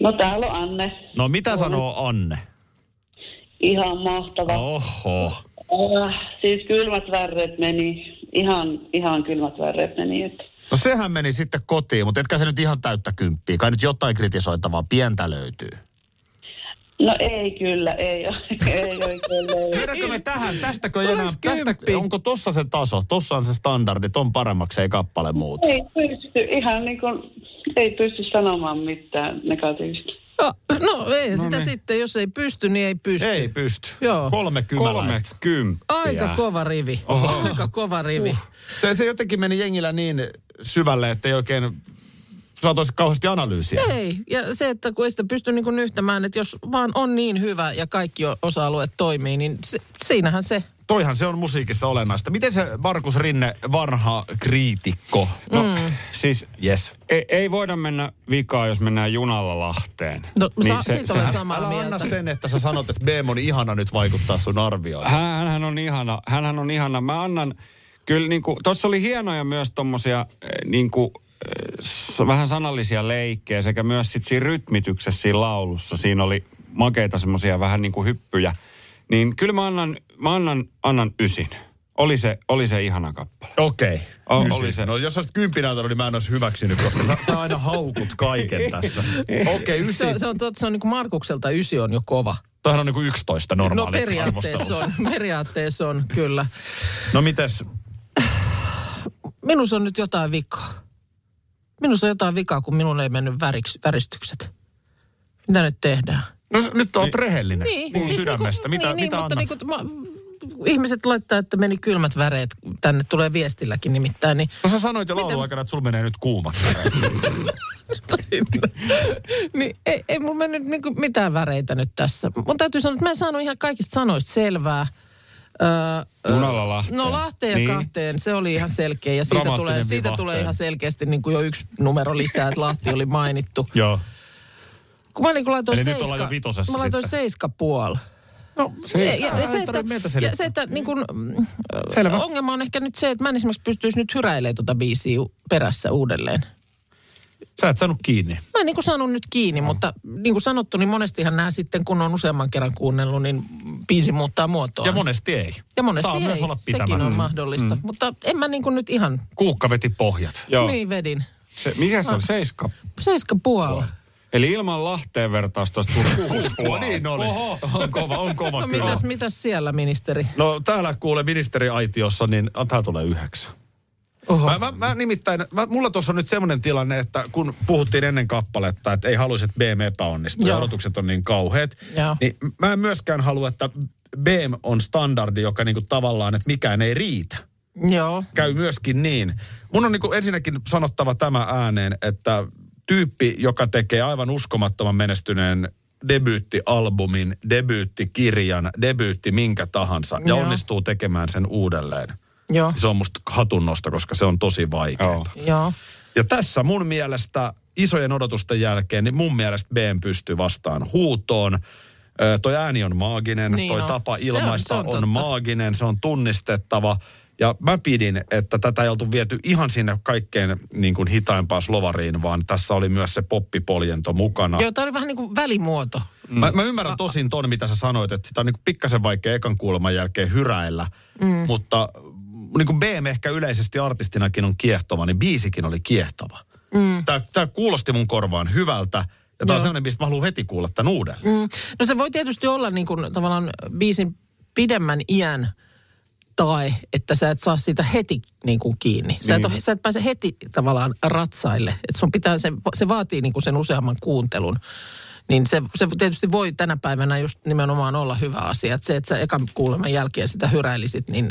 Speaker 6: No täällä on Anne.
Speaker 4: No mitä sanoo Anne?
Speaker 6: Ihan mahtava.
Speaker 4: Oho.
Speaker 6: Äh, siis kylmät väreet meni. Ihan, ihan kylmät väreet meni. Että.
Speaker 4: No sehän meni sitten kotiin, mutta etkä se nyt ihan täyttä kymppiä. Kai nyt jotain kritisoitavaa pientä löytyy.
Speaker 6: No ei kyllä, ei, ole- ei oikein löydy.
Speaker 4: Vedätkö me tähän? Tästäkö
Speaker 3: Tuliko
Speaker 4: enää?
Speaker 3: kymppi?
Speaker 4: Tästä, onko tossa se taso? Tossa on se standardi. Ton paremmaksi ei kappale muuta.
Speaker 6: Ei pysty, ihan niin kuin, ei pysty sanomaan mitään negatiivista.
Speaker 3: No, no ei no sitä niin. sitten, jos ei pysty, niin ei pysty.
Speaker 4: Ei pysty.
Speaker 3: Joo.
Speaker 4: Kolme
Speaker 5: Kolme
Speaker 4: kymäläistä.
Speaker 5: kymppiä.
Speaker 3: Aika kova rivi. Oho. Aika kova rivi.
Speaker 4: Se, se jotenkin meni jengillä niin syvälle, että ei oikein saataisi kauheasti analyysiä.
Speaker 3: Ei, ja se, että kun ei sitä pysty niin yhtämään, että jos vaan on niin hyvä ja kaikki o- osa-alueet toimii, niin se, siinähän se.
Speaker 4: Toihan se on musiikissa olennaista. Miten se Markus Rinne, vanha kriitikko? No, mm.
Speaker 5: Siis
Speaker 4: yes.
Speaker 5: ei, ei voida mennä vikaa, jos mennään junalla Lahteen. Niin
Speaker 3: No,
Speaker 4: Niin
Speaker 3: sa- siitä olen samaa
Speaker 4: Älä
Speaker 3: mieltä.
Speaker 4: anna sen, että sä sanot, että Beem on ihana nyt vaikuttaa sun arvioon.
Speaker 5: Hän, hänhän on ihana. Hänhän on ihana. Mä annan, kyllä niin kuin, tossa oli hienoja myös tommosia eh, niin kuin, vähän sanallisia leikkejä sekä myös sit siinä rytmityksessä siinä laulussa. Siinä oli makeita semmosia vähän niin kuin hyppyjä. Niin kyllä mä annan, mä annan, annan ysin. Oli se, oli se ihana kappale.
Speaker 4: Okei.
Speaker 5: O-
Speaker 4: Ysi.
Speaker 5: oli se.
Speaker 4: No jos olisit kympin antanut, niin mä en olisi hyväksynyt, koska sä, sä aina haukut kaiken tässä. Okei, okay, ysi.
Speaker 3: Se, on- se on, tuota, se on niin kuin Markukselta ysi on jo kova.
Speaker 4: Tämähän on niinku 11
Speaker 3: No
Speaker 4: normaali
Speaker 3: periaatteessa
Speaker 4: arvostelu.
Speaker 3: on, periaatteessa on, kyllä.
Speaker 4: No mites?
Speaker 3: Minussa on nyt jotain vikaa. Minussa on jotain vikaa, kun minun ei mennyt väriksi, väristykset. Mitä nyt tehdään?
Speaker 4: No s- nyt oot rehellinen.
Speaker 3: Niin,
Speaker 4: Puhu
Speaker 3: siis
Speaker 4: sydämestä.
Speaker 3: niinku-
Speaker 4: mitä,
Speaker 3: niin,
Speaker 4: mitä
Speaker 3: niin,
Speaker 4: annat?
Speaker 3: mutta niin kuin, mä, ihmiset laittaa, että meni kylmät väreet. Tänne tulee viestilläkin nimittäin. Niin
Speaker 4: No sä sanoit jo laulun aikana, että sulla menee nyt kuumat.
Speaker 3: niin ei, ei mun mennyt niinku mitään väreitä nyt tässä. Mun täytyy sanoa, että mä en saanut ihan kaikista sanoista selvää. Öö,
Speaker 5: Munalla Lahteen.
Speaker 3: No Lahteen ja niin.
Speaker 5: Niin.
Speaker 3: kahteen, se oli ihan selkeä. Ja siitä,
Speaker 4: Dramaattinen
Speaker 3: tulee, siitä
Speaker 4: viva.
Speaker 3: tulee ihan selkeästi niin kuin jo yksi numero lisää, että Lahti oli mainittu.
Speaker 4: Joo.
Speaker 3: Kun mä niin kuin laitoin
Speaker 4: Eli nyt
Speaker 3: seiska,
Speaker 4: ollaan jo vitosessa
Speaker 3: mä laitoin
Speaker 4: sitten.
Speaker 3: seiska puoli.
Speaker 4: No,
Speaker 3: Ja,
Speaker 4: se,
Speaker 3: ja, ja, se, että, ja se, että niin kun, mm, ö,
Speaker 4: Selvä.
Speaker 3: ongelma on ehkä nyt se, että mä en esimerkiksi pystyisi nyt hyräilemään tuota biisiä u- perässä uudelleen.
Speaker 4: Sä et saanut kiinni.
Speaker 3: Mä en niin kuin saanut nyt kiinni, mutta niin kuin sanottu, niin monestihan nämä sitten, kun on useamman kerran kuunnellut, niin biisi muuttaa muotoa.
Speaker 4: Ja monesti ei.
Speaker 3: ja monesti
Speaker 4: Saa
Speaker 3: ei.
Speaker 4: myös olla
Speaker 3: Sekin
Speaker 4: pitämättä.
Speaker 3: on mahdollista, mm. mutta en mä niin kuin nyt ihan
Speaker 4: Kuukka veti pohjat.
Speaker 5: Joo.
Speaker 3: niin No. vedin.
Speaker 5: Se, mikä se on? Seiska.
Speaker 3: Seiska puoli.
Speaker 5: Eli ilman Lahteen vertausta olisi tullut kuusi
Speaker 4: No niin olisi. On kova, on kova
Speaker 3: No
Speaker 4: kyllä.
Speaker 3: mitäs, mitäs siellä, ministeri?
Speaker 4: No täällä kuule ministeriaitiossa, niin ah, tää tulee yhdeksän.
Speaker 3: Oho.
Speaker 4: Mä, mä, mä nimittäin, mä, mulla tuossa on nyt semmoinen tilanne, että kun puhuttiin ennen kappaletta, että ei haluaisi, että BM epäonnistuu ja
Speaker 3: Joo.
Speaker 4: odotukset on niin kauheat,
Speaker 3: Joo.
Speaker 4: niin mä en myöskään halua, että BM on standardi, joka niinku tavallaan, että mikään ei riitä.
Speaker 3: Joo.
Speaker 4: Käy myöskin niin. Mun on niinku ensinnäkin sanottava tämä ääneen, että tyyppi, joka tekee aivan uskomattoman menestyneen debyyttialbumin, debyyttikirjan, debyytti minkä tahansa ja
Speaker 3: Joo.
Speaker 4: onnistuu tekemään sen uudelleen.
Speaker 3: Joo.
Speaker 4: Se on musta hatunnosta, koska se on tosi vaikeaa.
Speaker 5: Joo.
Speaker 3: Joo.
Speaker 4: Ja tässä mun mielestä isojen odotusten jälkeen, niin mun mielestä BM pystyy vastaan huutoon. Ö, toi ääni on maaginen,
Speaker 3: Niin
Speaker 4: niin toi
Speaker 3: on.
Speaker 4: tapa
Speaker 3: Se on- se
Speaker 4: ilmaista
Speaker 3: on
Speaker 4: on, on,
Speaker 3: totta.
Speaker 4: on maaginen, se on tunnistettava. Ja mä pidin, että tätä ei oltu viety ihan sinne kaikkein niin kuin hitaimpaan slovariin, vaan tässä oli myös se poppipoljento mukana.
Speaker 3: Joo, tää oli vähän niin kuin välimuoto.
Speaker 4: Mm. Mä, mä ymmärrän tosin ton, mitä sä sanoit, että sitä on niinku pikkasen vaikea ekan kuuleman jälkeen hyräillä, mm. mutta niin kuin BM ehkä yleisesti artistinakin on kiehtova, niin biisikin oli kiehtova. Mm. Tää, tää kuulosti mun korvaan hyvältä, ja tää
Speaker 3: Joo.
Speaker 4: on sellainen, mistä mä haluan heti kuulla tän uudelleen. Mm.
Speaker 3: No se voi tietysti olla niin kuin tavallaan biisin pidemmän iän tai että sä et saa siitä heti niin kuin kiinni. Sä, niin. et, ole- sä et pääse heti tavallaan ratsaille. Et sun pitää sen, se vaatii niin kuin sen useamman kuuntelun. Niin se, se tietysti voi tänä päivänä just nimenomaan olla hyvä asia. Et se, että sä ekan kuuleman jälkeen sitä hyräilisit, niin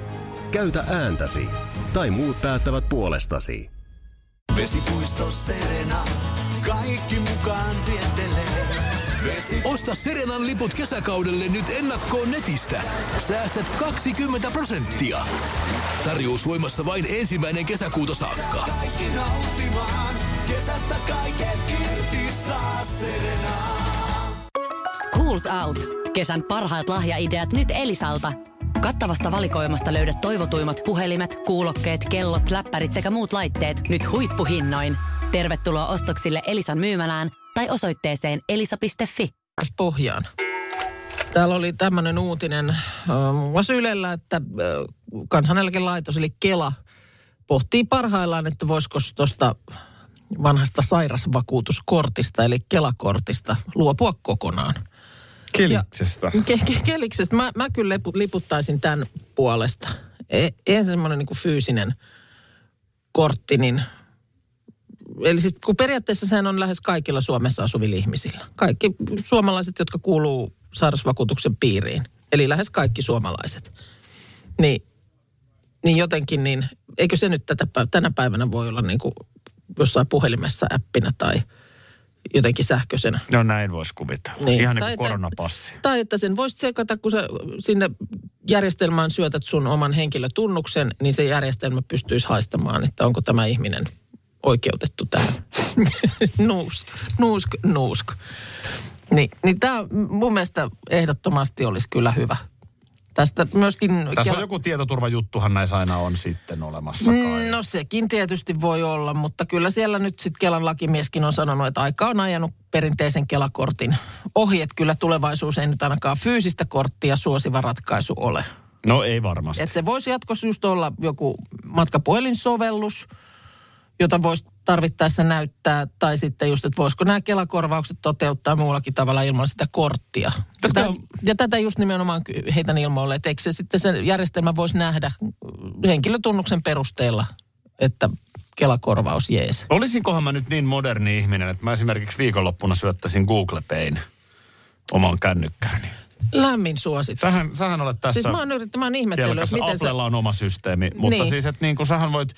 Speaker 8: Käytä ääntäsi. Tai muut päättävät puolestasi.
Speaker 9: Vesipuisto Serena, kaikki mukaan vientelee. Vesi...
Speaker 10: Osta Serenan liput kesäkaudelle nyt ennakkoon netistä. Säästät 20 prosenttia. Tarjous voimassa vain ensimmäinen kesäkuuta saakka.
Speaker 9: Kaikki nauttimaan, kesästä kaiken irti saa Serena.
Speaker 1: Schools Out. Kesän parhaat lahjaideat nyt Elisalta. Kattavasta valikoimasta löydät toivotuimmat puhelimet, kuulokkeet, kellot, läppärit sekä muut laitteet nyt huippuhinnoin. Tervetuloa ostoksille Elisan myymälään tai osoitteeseen elisa.fi.
Speaker 3: myös pohjaan. Täällä oli tämmöinen uutinen äh, muun muassa Ylellä, että äh, kansaneläkelaitos eli Kela pohtii parhaillaan, että voisiko tuosta vanhasta sairasvakuutuskortista eli Kelakortista luopua kokonaan.
Speaker 4: Kiliksestä.
Speaker 3: Ke- ke- keliksestä. Mä, mä kyllä lipu- liputtaisin tämän puolesta. E- eihän semmoinen niin fyysinen kortti, niin... Eli sit, kun periaatteessa sehän on lähes kaikilla Suomessa asuvilla ihmisillä. Kaikki suomalaiset, jotka kuuluu sairausvakuutuksen piiriin. Eli lähes kaikki suomalaiset. Niin, niin jotenkin niin, eikö se nyt tätä, pä- tänä päivänä voi olla niin kuin jossain puhelimessa appina tai jotenkin sähköisenä.
Speaker 4: No näin voisi kuvitella.
Speaker 3: Niin.
Speaker 4: Ihan niin
Speaker 3: Tai-
Speaker 4: kuin
Speaker 3: tai-
Speaker 4: koronapassi.
Speaker 3: Siis Tai että sen voisit sekata, kun sä sinne järjestelmään syötät sun oman henkilötunnuksen, niin se järjestelmä pystyisi haistamaan, että onko tämä ihminen oikeutettu tähän. nuusk, nuusk, nuusk. Niin, niin tämä mun mielestä ehdottomasti olisi kyllä hyvä. Tästä myöskin...
Speaker 4: Tässä
Speaker 3: Kela-
Speaker 4: on joku tietoturvajuttuhan näissä aina on sitten olemassa kai.
Speaker 3: No sekin tietysti voi olla, mutta kyllä siellä nyt sitten Kelan lakimieskin on sanonut, että aika on ajanut perinteisen Kelakortin ohi. Että kyllä tulevaisuus ei nyt ainakaan fyysistä korttia suosiva ratkaisu ole.
Speaker 4: No ei varmasti.
Speaker 3: Et se voisi jatkossa just olla joku matkapuhelinsovellus, jota voisi tarvittaessa näyttää, tai sitten just, että voisiko nämä kelakorvaukset toteuttaa muullakin tavalla ilman sitä korttia.
Speaker 4: Tässä
Speaker 3: Tätä,
Speaker 4: on-
Speaker 3: ja tätä just nimenomaan ky- heitän ilmoille, että eikö se sitten se järjestelmä voisi nähdä henkilötunnuksen perusteella, että kelakorvaus jees.
Speaker 4: Olisinkohan mä nyt niin moderni ihminen, että mä esimerkiksi viikonloppuna syöttäisin Google Payin omaan kännykkääni.
Speaker 3: Lämmin suositus.
Speaker 4: Sähän, sähän olet tässä...
Speaker 3: Siis mä oon yrittänyt, mä oon ihmetellyt, että
Speaker 4: Kelkassa.
Speaker 3: miten se...
Speaker 4: Applella on oma systeemi, mutta
Speaker 3: Niin.
Speaker 4: siis, että niin kuin sähän voit,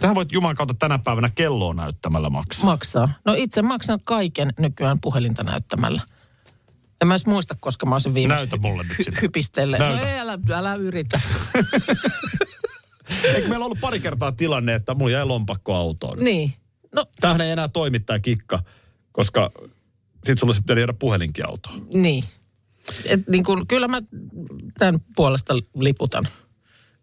Speaker 4: sähän voit Juman kautta tänä päivänä kelloa näyttämällä maksaa.
Speaker 3: Maksaa. No itse maksan kaiken nykyään puhelinta näyttämällä. En mä edes muista, koska mä olisin viimeksi
Speaker 4: Näytä mulle nyt sitä.
Speaker 3: hypistelle. No
Speaker 4: Näytä.
Speaker 3: ei, älä, älä yritä.
Speaker 4: Eikö meillä ollut pari kertaa tilanne, että mulla jäi lompakko autoon?
Speaker 3: niin. No
Speaker 4: Tämähän ei enää toimittaa kikka, koska sit sulla sitten jäädä puhelinkin autoon.
Speaker 3: niin. Et niin kun, kyllä mä tämän puolesta liputan.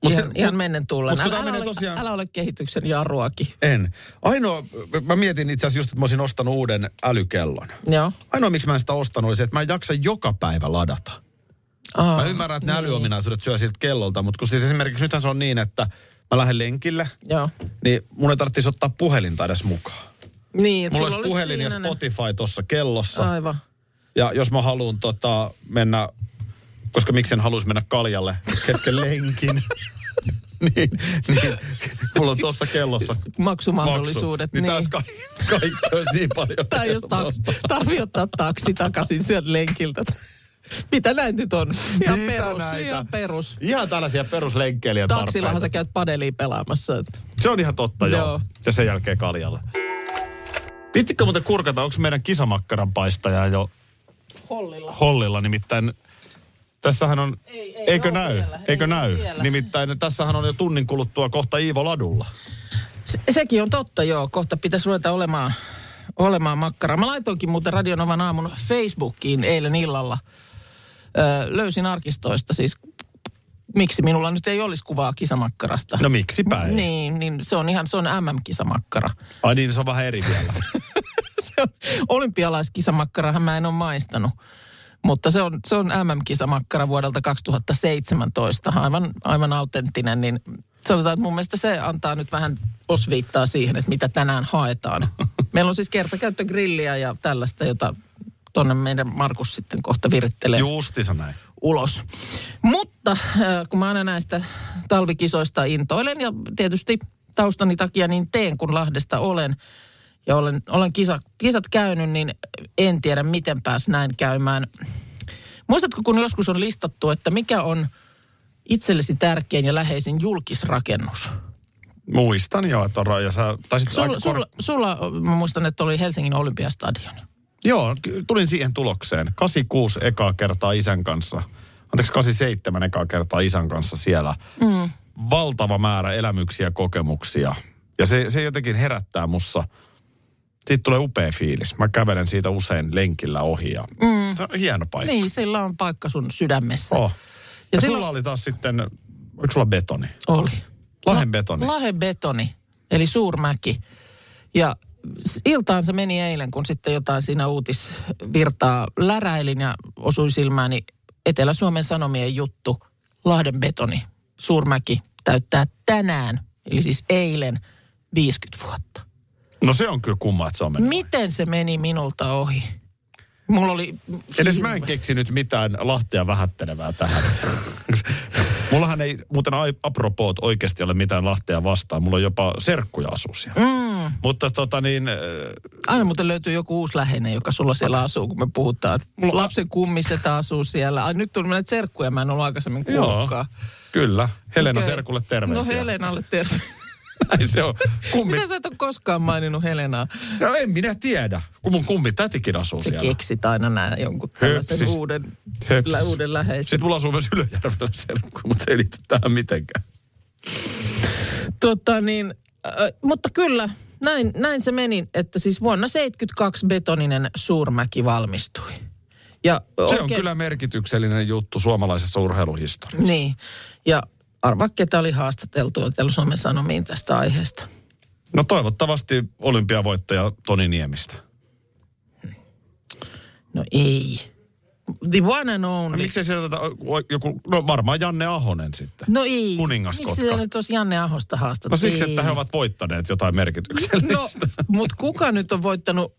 Speaker 3: Mut ihan, se, ihan mennen tullen.
Speaker 4: mut kun
Speaker 3: Älä,
Speaker 4: tää
Speaker 3: älä,
Speaker 4: menee
Speaker 3: ole,
Speaker 4: tosiaan-
Speaker 3: älä ole kehityksen jaruakin.
Speaker 4: En. Ainoa, mä mietin itse asiassa just, että mä olisin ostanut uuden älykellon.
Speaker 3: Joo.
Speaker 4: Ainoa, miksi mä en sitä ostanut, oli se, että mä en jaksa joka päivä ladata.
Speaker 3: Aa, niin.
Speaker 4: Mä ymmärrän, että ne älyominaisuudet syö siltä kellolta, mutta kun siis esimerkiksi nythän se on niin, että mä lähden lenkille,
Speaker 3: Joo.
Speaker 4: niin mun ei tarvitsisi ottaa puhelinta edes mukaan.
Speaker 3: Niin, et
Speaker 4: Mulla
Speaker 3: sulla
Speaker 4: olisi puhelin ja
Speaker 3: siinä ne-
Speaker 4: Spotify tuossa kellossa.
Speaker 3: Aivan.
Speaker 4: Ja jos mä haluan tota, mennä, koska miksen haluaisi mennä kaljalle kesken lenkin, niin, niin mulla on tuossa kellossa
Speaker 3: Maksumahdollisuudet.
Speaker 4: Maksu. Niin, niin. kaikki, kaikki olisi niin paljon.
Speaker 3: Tai jos taks, tarvii ottaa taksi takaisin sieltä lenkiltä. Mitä näin nyt on? Ihan
Speaker 4: Mitä
Speaker 3: perus,
Speaker 4: näitä?
Speaker 3: ihan perus.
Speaker 4: Ihan tällaisia peruslenkkeilijä
Speaker 3: Taksillahan sä käyt padeliin pelaamassa. et.
Speaker 4: Se on ihan totta, joo. joo.
Speaker 3: Joo.
Speaker 4: Ja sen jälkeen kaljalla. Pitikö muuten kurkata, onko meidän kisamakkaran paistaja jo
Speaker 3: Hollilla.
Speaker 4: hollilla, nimittäin tässähän on, ei,
Speaker 3: Ei,
Speaker 4: ei
Speaker 3: ei
Speaker 4: eikö
Speaker 3: ole
Speaker 4: näy,
Speaker 3: vielä,
Speaker 4: eikö
Speaker 3: ei
Speaker 4: näy,
Speaker 3: ole vielä.
Speaker 4: nimittäin tässähän on jo tunnin kuluttua kohta Iivo Ladulla.
Speaker 3: Se, sekin on totta, joo. Kohta pitäisi ruveta olemaan, olemaan makkara. Mä laitoinkin muuten Radionovan aamun Facebookiin eilen illalla. Öö, löysin arkistoista siis, miksi minulla nyt ei olisi kuvaa kisamakkarasta.
Speaker 4: No miksipä ei.
Speaker 3: Niin, niin se on ihan, se on MM-kisamakkara.
Speaker 4: Ai niin, se on vähän eri vielä.
Speaker 3: se on, olympialaiskisamakkarahan mä en ole maistanut. Mutta se on, se on MM-kisamakkara vuodelta 2017, aivan, aivan autenttinen, niin sanotaan, että mun mielestä se antaa nyt vähän osviittaa siihen, että mitä tänään haetaan. Meillä on siis kertakäyttögrilliä ja tällaista, jota tonne meidän Markus sitten kohta virittelee
Speaker 4: Juustissa näin.
Speaker 3: ulos. Mutta äh, kun mä aina näistä talvikisoista intoilen ja tietysti taustani takia niin teen, kun Lahdesta olen ja olen, olen kisa, kisat käynyt, niin en tiedä miten pääs näin käymään. Muistatko, kun joskus on listattu, että mikä on itsellesi tärkein ja läheisin julkisrakennus?
Speaker 4: Muistan jo, että on ra- ja sä, tai sit
Speaker 3: Sulla,
Speaker 4: aika kor-
Speaker 3: sulla, sulla, mä muistan, että oli Helsingin olympiastadion.
Speaker 4: Joo, ky- tulin siihen tulokseen. 86 ekaa kertaa isän kanssa. Anteeksi, 87 ekaa kertaa isän kanssa siellä. Mm. Valtava määrä elämyksiä, kokemuksia. Ja se, se jotenkin herättää mussa. Siitä tulee upea fiilis. Mä kävelen siitä usein lenkillä ohi ja mm. se on hieno paikka.
Speaker 3: Niin, sillä on paikka sun sydämessä.
Speaker 4: Oh. Ja, ja silloin...
Speaker 3: silloin-
Speaker 4: sulla oli taas sitten, oliko sulla betoni?
Speaker 3: Oli.
Speaker 4: Lahen betoni.
Speaker 3: Lahen betoni, eli suurmäki. Ja s- iltaan se meni eilen, kun sitten jotain siinä uutisvirtaa läräilin ja osui silmääni Etelä-Suomen Sanomien juttu. Lahden betoni, suurmäki, täyttää tänään, eli siis eilen 50 vuotta.
Speaker 4: No se on kyllä kumma, että se on mennyt.
Speaker 3: Miten se meni minulta ohi? Mulla oli...
Speaker 4: Edes mä en keksinyt mitään Lahtea vähättelevää tähän. Mullahan ei muuten ai- apropoot oikeasti ole mitään Lahtea vastaan. Mulla on jopa serkkuja asuu siellä. Mm. Mutta tota niin, äh,
Speaker 3: Aina muuten löytyy joku uusi läheinen, joka sulla siellä asuu, kun me puhutaan.
Speaker 4: Mulla-
Speaker 3: Lapsen kummisetä asuu siellä. Ai, nyt tuli näitä serkkuja, mä en ollut aikaisemmin
Speaker 4: joo,
Speaker 3: kuullutkaan.
Speaker 4: kyllä. Helena
Speaker 3: Okei.
Speaker 4: okay. serkulle terveisiä.
Speaker 3: No Helenalle terveisiä.
Speaker 4: Näin se on. Kummi,
Speaker 3: Mitä sä et ole koskaan maininnut Helenaa?
Speaker 4: no en minä tiedä, kun mun kummi tätikin asuu
Speaker 3: Sä
Speaker 4: siellä.
Speaker 3: keksit aina nää jonkun tällaisen
Speaker 4: Höpsis.
Speaker 3: uuden,
Speaker 4: Höpsis.
Speaker 3: lä, uuden läheisen.
Speaker 4: Sitten mulla asuu myös Ylöjärvellä serkku, mutta se ei liity tähän mitenkään.
Speaker 3: Tota niin, äh, mutta kyllä, näin, näin se meni, että siis vuonna 72 betoninen suurmäki valmistui. Ja
Speaker 4: Se on kyllä merkityksellinen juttu suomalaisessa urheiluhistoriassa.
Speaker 3: Niin, ja arvaa ketä oli haastateltu Etelä-Suomen Sanomiin tästä aiheesta.
Speaker 4: No toivottavasti olympiavoittaja Toni Niemistä.
Speaker 3: No ei. The one and
Speaker 4: No,
Speaker 3: only.
Speaker 4: miksei siellä tätä, o- o- joku, no varmaan Janne Ahonen sitten.
Speaker 3: No ei.
Speaker 4: Kuningaskotka.
Speaker 3: Miksi nyt olisi Janne Ahosta haastattu?
Speaker 4: No siksi, että he
Speaker 3: Ei.
Speaker 4: ovat voittaneet jotain
Speaker 3: niin. No,
Speaker 4: merkityksellistä.
Speaker 3: mutta kuka nyt on voittanut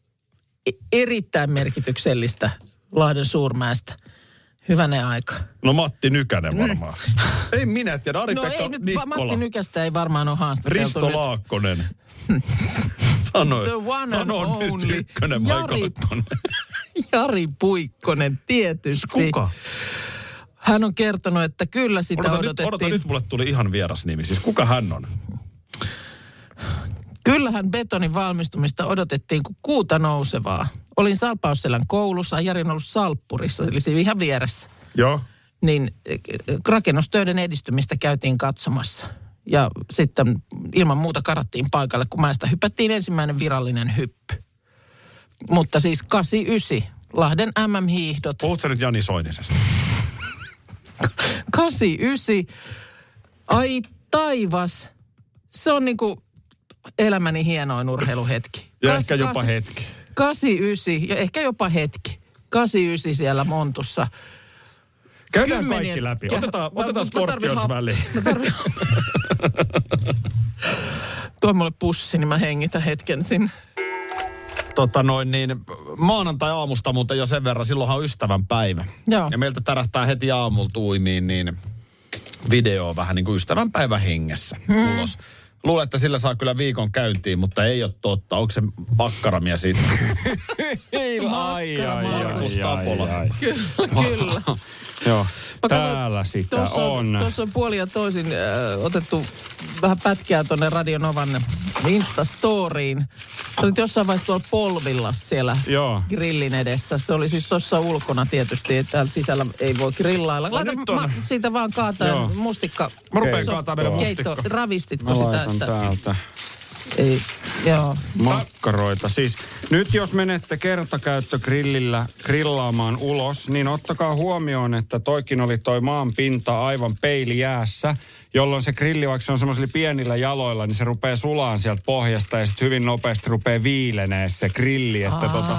Speaker 3: e- erittäin merkityksellistä Lahden suurmäestä? Hyvänen aika.
Speaker 4: No Matti Nykänen varmaan. Ei minä tiedä, Ari
Speaker 3: Mm. no
Speaker 4: Pekka
Speaker 3: ei nyt, va-
Speaker 4: Nikkola.
Speaker 3: Matti Nykästä ei varmaan ole haastateltu
Speaker 4: Risto
Speaker 3: nyt.
Speaker 4: Laakkonen. Sano,
Speaker 3: The one and
Speaker 4: sano nyt
Speaker 3: only.
Speaker 4: ykkönen vai
Speaker 3: Jari-
Speaker 4: kakkonen.
Speaker 3: Jari Puikkonen tietysti.
Speaker 4: Siis Kuka?
Speaker 3: Hän on kertonut, että kyllä sitä
Speaker 4: Odota nyt,
Speaker 3: odotettiin.
Speaker 4: odota nyt, mulle tuli ihan vieras nimi. Siis kuka hän on?
Speaker 3: Kyllähän betonin valmistumista odotettiin kuin kuuta nousevaa. Olin Salpausselän koulussa, Jari on ollut Salppurissa, eli siinä ihan vieressä.
Speaker 4: Joo.
Speaker 3: Niin eh, eh, rakennustöiden edistymistä käytiin katsomassa. Ja sitten ilman muuta karattiin paikalle, kun mäestä hypättiin ensimmäinen virallinen hyppy. Mutta siis 89, Lahden MM-hiihdot.
Speaker 4: Puhut sä nyt Jani Soinisesta?
Speaker 3: 89. Ai taivas. Se on niinku elämäni hienoin urheiluhetki.
Speaker 4: Ja
Speaker 3: Kas-
Speaker 4: ehkä jopa
Speaker 3: kas-
Speaker 4: hetki.
Speaker 3: 89 ja ehkä jopa hetki. 89 siellä Montussa.
Speaker 4: Käydään
Speaker 3: Kymmenien-
Speaker 4: kaikki läpi.
Speaker 3: Kä-
Speaker 4: Otetaan,
Speaker 3: Mä-
Speaker 4: otetaan
Speaker 3: mä tarvin
Speaker 4: Scorpions
Speaker 3: hap-
Speaker 4: väliin.
Speaker 3: Tuo mulle pussi, niin mä hengitän hetken sinne.
Speaker 4: tota noin niin, maanantai-aamusta muuten jo sen verran, silloinhan on ystävän päivä.
Speaker 3: Joo.
Speaker 4: Ja meiltä tärähtää heti aamulla tuimiin niin video vähän niin kuin ystävän päivä hengessä
Speaker 3: Mm.
Speaker 4: hmm. ulos. Luulen, että sillä saa kyllä viikon käyntiin, mutta ei ole totta. Onko se makkaramies itse?
Speaker 5: Ei, ai, ai, ai,
Speaker 4: Markus
Speaker 5: ai,
Speaker 4: Tapola.
Speaker 5: ai, ai.
Speaker 3: Kyllä, kyllä.
Speaker 5: Joo,
Speaker 3: Mä katson,
Speaker 5: täällä sitä
Speaker 3: tossa
Speaker 5: on.
Speaker 3: Tuossa on puoli ja toisin äh, otettu vähän pätkää tuonne Radionovan Instastoriin. Se oli jossain vaiheessa tuolla polvilla siellä
Speaker 5: Joo.
Speaker 3: grillin edessä. Se oli siis tuossa ulkona tietysti, että täällä sisällä ei voi grillailla. Laita
Speaker 4: No nyt on-
Speaker 3: ma, siitä vaan kaataa
Speaker 5: Joo.
Speaker 3: mustikka.
Speaker 4: Mä rupean
Speaker 3: so-
Speaker 4: kaataa meidän
Speaker 3: keitto.
Speaker 4: mustikka.
Speaker 3: Ravistitko
Speaker 5: Mä
Speaker 3: sitä?
Speaker 5: laitan täältä
Speaker 3: ei, joo.
Speaker 5: makkaroita. Siis nyt jos menette kertakäyttögrillillä grillaamaan ulos, niin ottakaa huomioon, että toikin oli toi maan pinta aivan peilijäässä, jolloin se grilli, vaikka se on semmoisilla pienillä jaloilla, niin se rupeaa sulaan sieltä pohjasta ja sitten hyvin nopeasti rupeaa viilenee se grilli, että
Speaker 3: Aa,
Speaker 5: tota,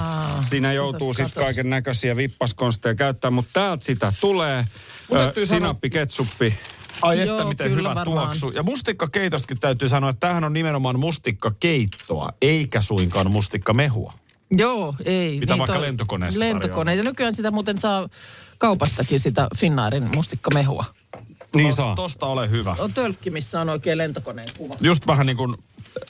Speaker 5: siinä joutuu
Speaker 3: katos,
Speaker 5: sitten
Speaker 3: katos.
Speaker 5: kaiken näköisiä vippaskonsteja käyttää, mutta täältä sitä tulee.
Speaker 4: Mun
Speaker 5: Ö,
Speaker 4: täytyy sanoa-
Speaker 5: sinappi, ketsuppi.
Speaker 4: Ai
Speaker 3: Joo,
Speaker 4: että miten
Speaker 3: kyllä
Speaker 4: hyvä
Speaker 3: varmaan.
Speaker 4: tuoksu. Ja mustikkakeitostakin täytyy sanoa, että tämähän on nimenomaan mustikkakeittoa, eikä suinkaan mustikkamehua.
Speaker 3: Joo, ei.
Speaker 4: Mitä vaikka lentokoneessa
Speaker 3: Lentokone.
Speaker 4: tarjoaa.
Speaker 3: Ja nykyään sitä muuten saa kaupastakin sitä Finnaarin mustikkamehua.
Speaker 5: Niin
Speaker 4: Tos-
Speaker 5: saa.
Speaker 4: Tosta ole hyvä.
Speaker 3: On tölkki, missä on oikein lentokoneen kuva.
Speaker 4: Just vähän niin kuin,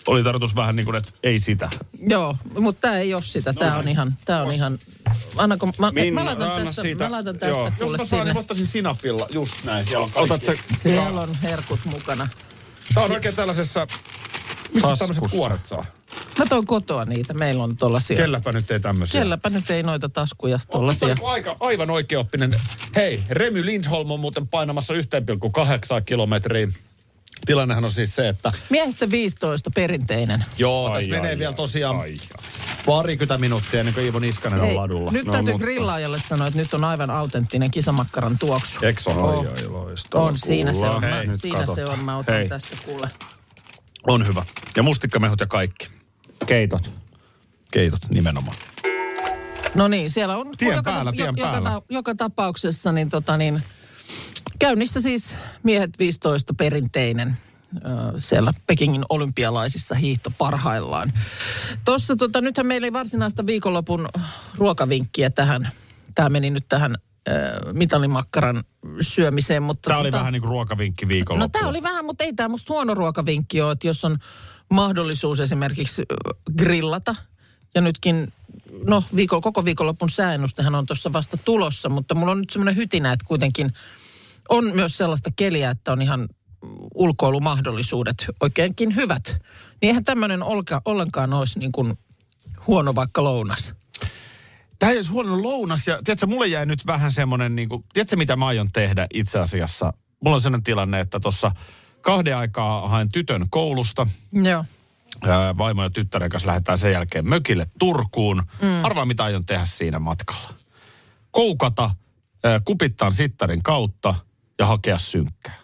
Speaker 4: oli tarkoitus vähän niin kuin, että ei sitä.
Speaker 3: Joo, mutta tämä ei ole sitä. Tämä on ihan, tämä on ihan... Annako, mä,
Speaker 5: Minna,
Speaker 3: mä
Speaker 5: anna
Speaker 3: laitan tästä,
Speaker 5: siitä.
Speaker 3: mä laitan tästä
Speaker 5: Joo.
Speaker 3: kuule
Speaker 4: Jos mä saan,
Speaker 3: sinne.
Speaker 4: niin mä ottaisin sinapilla. Just näin, siellä on kaikki.
Speaker 5: Otat se
Speaker 3: Siellä on herkut mukana.
Speaker 4: Tää on oikein tällaisessa... Mistä tämmöiset
Speaker 5: Taskussa.
Speaker 4: kuoret saa?
Speaker 3: Mä toin kotoa niitä, meillä on tuollaisia.
Speaker 4: Kelläpä nyt ei tämmöisiä.
Speaker 3: Kelläpä nyt ei noita taskuja tuollaisia.
Speaker 4: Oliko Aika, aivan oikeoppinen. Hei, Remy Lindholm on muuten painamassa 1,8 kilometriä. Tilannehan on siis se, että
Speaker 3: Miehistä 15 perinteinen.
Speaker 4: joo,
Speaker 5: Ai,
Speaker 4: tässä menee
Speaker 5: ai,
Speaker 4: vielä
Speaker 5: ai,
Speaker 4: tosiaan
Speaker 5: ai,
Speaker 4: parikymmentä minuuttia ennen kuin Iivo Niskanen on
Speaker 3: Hei,
Speaker 4: ladulla.
Speaker 3: nyt
Speaker 5: No,
Speaker 3: täytyy
Speaker 5: mutta-
Speaker 3: grillaajalle sanoa, että nyt on aivan autenttinen kisamakkaran tuoksu.
Speaker 4: Eks on?
Speaker 3: Oh.
Speaker 4: Ai, ai, loistavaa.
Speaker 3: On, siinä se on.
Speaker 4: Hei,
Speaker 3: Mä,
Speaker 4: nyt
Speaker 3: siinä
Speaker 4: kato.
Speaker 3: se on, mä otan
Speaker 4: Hei.
Speaker 3: tästä kuule.
Speaker 4: On hyvä. Ja mustikkamehut ja kaikki.
Speaker 5: keitot.
Speaker 4: Keitot nimenomaan.
Speaker 3: No niin, siellä on
Speaker 4: Tien
Speaker 3: joka,
Speaker 4: päällä, tien
Speaker 3: joka,
Speaker 4: päällä.
Speaker 3: ta- joka tapauksessa niin, tota, niin käynnissä siis miehet 15 perinteinen ö, siellä Pekingin olympialaisissa hiihto parhaillaan. Tuossa tota, nythän meillä ei varsinaista viikonlopun ruokavinkkiä tähän. Tämä meni nyt tähän ö, mitalimakkaran syömiseen, mutta...
Speaker 4: Tämä oli
Speaker 3: tota-
Speaker 4: vähän niin kuin ruokavinkki viikolla.
Speaker 3: No tämä oli vähän, mutta ei tämä musta huono ruokavinkki ole, että jos on mahdollisuus esimerkiksi ö, grillata. Ja nytkin, no viikon, koko viikonlopun säännöstähän on tuossa vasta tulossa, mutta mulla on nyt semmoinen hytinä, että kuitenkin on myös sellaista keliä, että on ihan ulkoilumahdollisuudet oikeinkin hyvät. Niin eihän tämmöinen olka, ollenkaan olisi niin kuin huono vaikka lounas.
Speaker 4: Tämä ei olisi huono lounas. Ja tiedätkö, mulle jäi nyt vähän semmoinen, niin kuin, tiedätkö mitä mä aion tehdä itse asiassa? Mulla on sellainen tilanne, että tuossa kahden aikaa haen tytön koulusta.
Speaker 3: Joo.
Speaker 4: Ää, Vaimo ja tyttären kanssa lähdetään sen jälkeen mökille Turkuun. Mm. Arvaa mitä aion tehdä siinä matkalla. Koukata ää, kupittaan sittarin kautta ja hakea synkkää.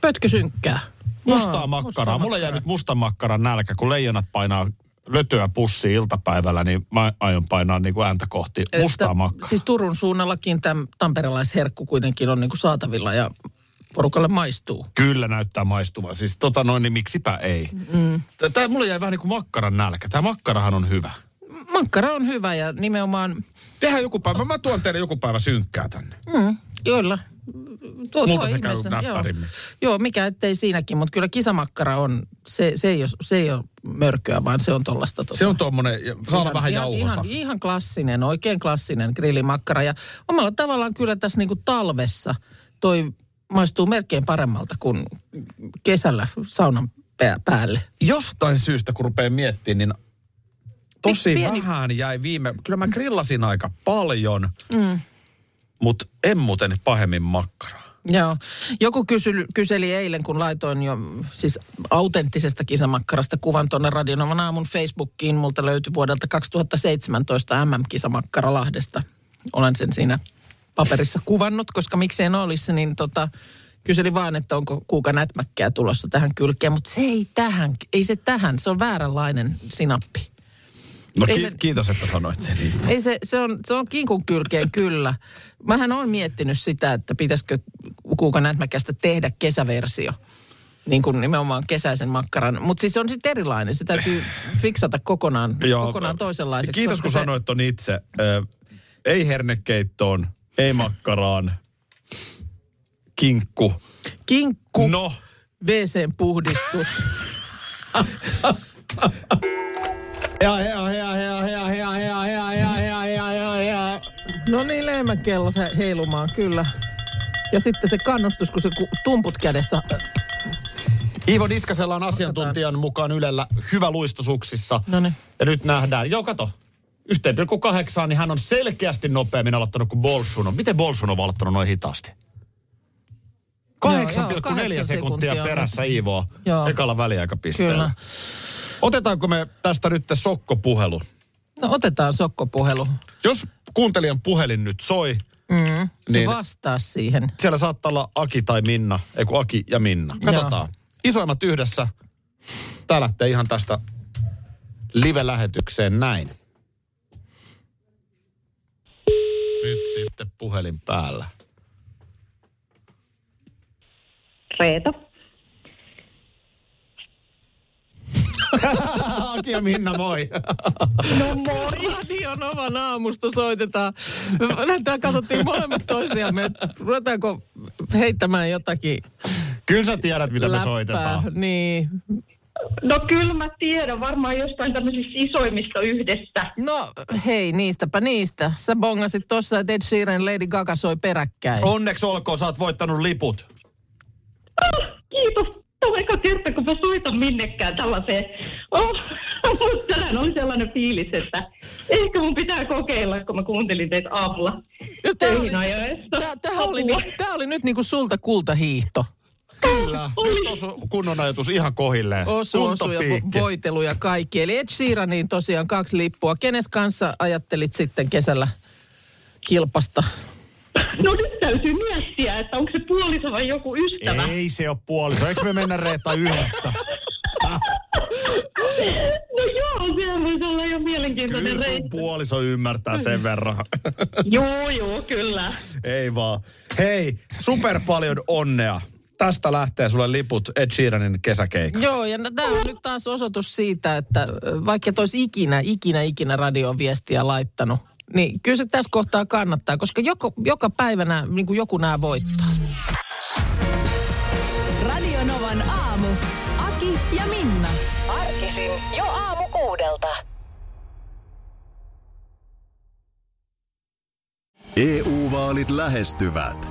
Speaker 3: Pötkö synkkää.
Speaker 4: Mustaa
Speaker 3: Aa,
Speaker 4: makkaraa. Mulla jäi
Speaker 3: makkaraa.
Speaker 4: nyt mustan makkaran nälkä, kun leijonat painaa lötöä pussi iltapäivällä, niin mä aion painaa niin kuin ääntä kohti mustaa makkaa.
Speaker 3: Siis Turun suunnallakin tämä tamperelaisherkku kuitenkin on niin kuin saatavilla ja porukalle maistuu.
Speaker 4: Kyllä näyttää maistuvan. Siis tota noin, niin miksipä ei. Mm. Tämä mulle jäi vähän niin kuin makkaran nälkä. Tämä makkarahan on hyvä.
Speaker 3: Makkara on hyvä ja nimenomaan,
Speaker 4: Tehdään joku päivä. Mä tuon teille joku päivä synkkää tänne.
Speaker 3: mm, joilla. Tuo,
Speaker 4: Multa
Speaker 3: tuo
Speaker 4: se käy
Speaker 3: ihmeessä,
Speaker 4: näppärimmin.
Speaker 3: Joo. joo, mikä ettei siinäkin, mutta kyllä kisamakkara on, se, se, ei, ole, se ei ole mörköä, vaan se on tollasta. tota-
Speaker 4: Se on tuommoinen, saa olla vähän jauhosa.
Speaker 3: Ihan, ihan klassinen, oikein klassinen grillimakkara. Ja omalla tavallaan kyllä tässä niinku talvessa toi maistuu melkein paremmalta kuin kesällä saunan pää, päälle.
Speaker 4: Jostain syystä, kun rupeaa miettimään, niin tosi
Speaker 3: pieni-
Speaker 4: vähän jäi viime... Kyllä mä grillasin aika paljon, mm. mutta en muuten pahemmin makkaraa.
Speaker 3: Joo. Joku kysy, kyseli eilen, kun laitoin jo siis autenttisesta kisamakkarasta kuvan tuonne Radionovan aamun Facebookiin. Multa löytyi vuodelta 2017 MM-kisamakkara Lahdesta. Olen sen siinä paperissa kuvannut, koska miksei en olisi, niin tota, kyseli vaan, että onko kuuka nätmäkkää tulossa tähän kylkeen. Mutta se ei tähän, ei se tähän, se on vääränlainen sinappi.
Speaker 4: No
Speaker 3: Ei
Speaker 4: ki-
Speaker 3: se-
Speaker 4: kiitos, että sanoit sen itse.
Speaker 3: Ei se, se, on, se on kinkun kylkeen kyllä. Mähän olen miettinyt sitä, että pitäisikö kuuka nätmäkästä tehdä kesäversio. Niin kuin nimenomaan kesäisen makkaran. Mutta siis se on sitten erilainen. Se täytyy fiksata kokonaan, kokonaan toisenlaiseksi.
Speaker 4: Kiitos,
Speaker 3: koska
Speaker 4: kun
Speaker 3: se-
Speaker 4: sanoit ton itse. Ö, ei hernekeittoon, ei makkaraan, kinkku.
Speaker 3: Kinkku, no.
Speaker 4: No,
Speaker 3: WC-puhdistus.
Speaker 4: hea, hea, hea, hea, hea, hea, hea, hea, hea, hea, hea, hea, hea.
Speaker 3: No niin, lehmäkello hä- heilumaan, kyllä. Ja sitten se kannustus, kun se ku- tumput kädessä.
Speaker 4: Iivo Niskasella on asiantuntijan mukaan Ylellä hyvä luistosuksissa.
Speaker 3: Noniin.
Speaker 4: Ja nyt nähdään. Joo, kato. 1,8, niin hän on selkeästi nopeammin aloittanut kuin Bolsuno. Miten Bolsuno on aloittanut noin hitaasti? 8,4
Speaker 3: kahdeksan
Speaker 4: sekuntia
Speaker 3: sekuntia on.
Speaker 4: perässä Iivoa
Speaker 3: Joo.
Speaker 4: ekalla väliaikapisteellä.
Speaker 3: Kyllä.
Speaker 4: Otetaanko me tästä nyt sokkopuhelu?
Speaker 3: No otetaan sokkopuhelu.
Speaker 4: Jos kuuntelijan puhelin nyt soi,
Speaker 3: Mm.
Speaker 4: Niin.
Speaker 3: Niin. Vastaa siihen.
Speaker 4: siellä saattaa olla Aki tai Minna, ei kun Aki ja Minna. Katsotaan. Isoimmat yhdessä. Tää lähtee ihan tästä live-lähetykseen näin. Nyt sitten puhelin päällä.
Speaker 6: Reeta.
Speaker 4: Aki ja Minna, moi.
Speaker 3: Radionovan aamusta soitetaan. Me Näyttää, katsottiin molemmat toisiamme. että Ruvetaanko heittämään jotakin
Speaker 4: Kyllä sä tiedät, mitä
Speaker 3: läppää.
Speaker 4: me soitetaan.
Speaker 3: Niin.
Speaker 6: No kyllä mä tiedän, varmaan jostain tämmöisistä isoimmista yhdessä.
Speaker 3: No hei, niistäpä niistä. Sä bongasit tossa, että Ed Sheeran Lady Gaga soi peräkkäin.
Speaker 4: Onneksi olkoon, sä oot voittanut liput.
Speaker 6: Ah, Kiitos. Tämä on eka kerta, kun mä soitan minnekään tällaiseen. Oh, mutta tänään oli sellainen fiilis, että ehkä mun pitää kokeilla, kun mä kuuntelin teitä aamulla
Speaker 3: No, tää, oli,
Speaker 6: töihin ajoissa.
Speaker 3: tää, tää, oli,
Speaker 6: Apua.
Speaker 3: ni- tää oli nyt niinku sulta kultahiihto.
Speaker 4: Kyllä. Nyt osu kunnon ajatus ihan kohilleen.
Speaker 3: Osu, osu ja
Speaker 4: Kuntopiikki.
Speaker 3: vo- voitelu ja kaikki. Eli Ed Sheeraniin tosiaan kaksi lippua. Kenes kanssa ajattelit sitten kesällä kilpasta?
Speaker 6: No nyt täytyy miettiä, että onko se puoliso vai joku ystävä.
Speaker 4: Ei se ole puoliso. Eikö me mennä Reetta yhdessä?
Speaker 6: No joo, sehän voisi olla jo mielenkiintoinen
Speaker 4: Kyllä sun
Speaker 6: reitti.
Speaker 4: puoliso ymmärtää sen verran.
Speaker 6: Joo, joo, kyllä.
Speaker 4: Ei vaan. Hei, super paljon onnea. Tästä lähtee sulle liput Ed Sheeranin kesäkeikka.
Speaker 3: Joo, ja tämä on nyt taas osoitus siitä, että ö, vaikka et olisi ikinä, ikinä, ikinä radioon viestiä laittanut, niin kyllä se tässä kohtaa kannattaa, koska joko, joka päivänä niin kuin joku nämä voittaa.
Speaker 1: Radio Novan aamu. Aki ja Minna.
Speaker 11: Arkisin jo aamu kuudelta.
Speaker 8: EU-vaalit E lähestyvät.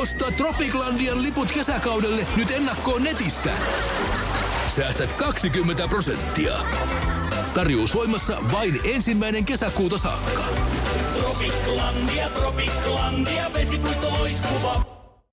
Speaker 10: Osta Tropiclandian liput kesäkaudelle nyt ennakkoon netistä. Säästät 20 prosenttia. Tarjous voimassa vain ensimmäinen kesäkuuta saakka.
Speaker 9: Tropiklandia, Tropiklandia, vesipuisto loiskuva.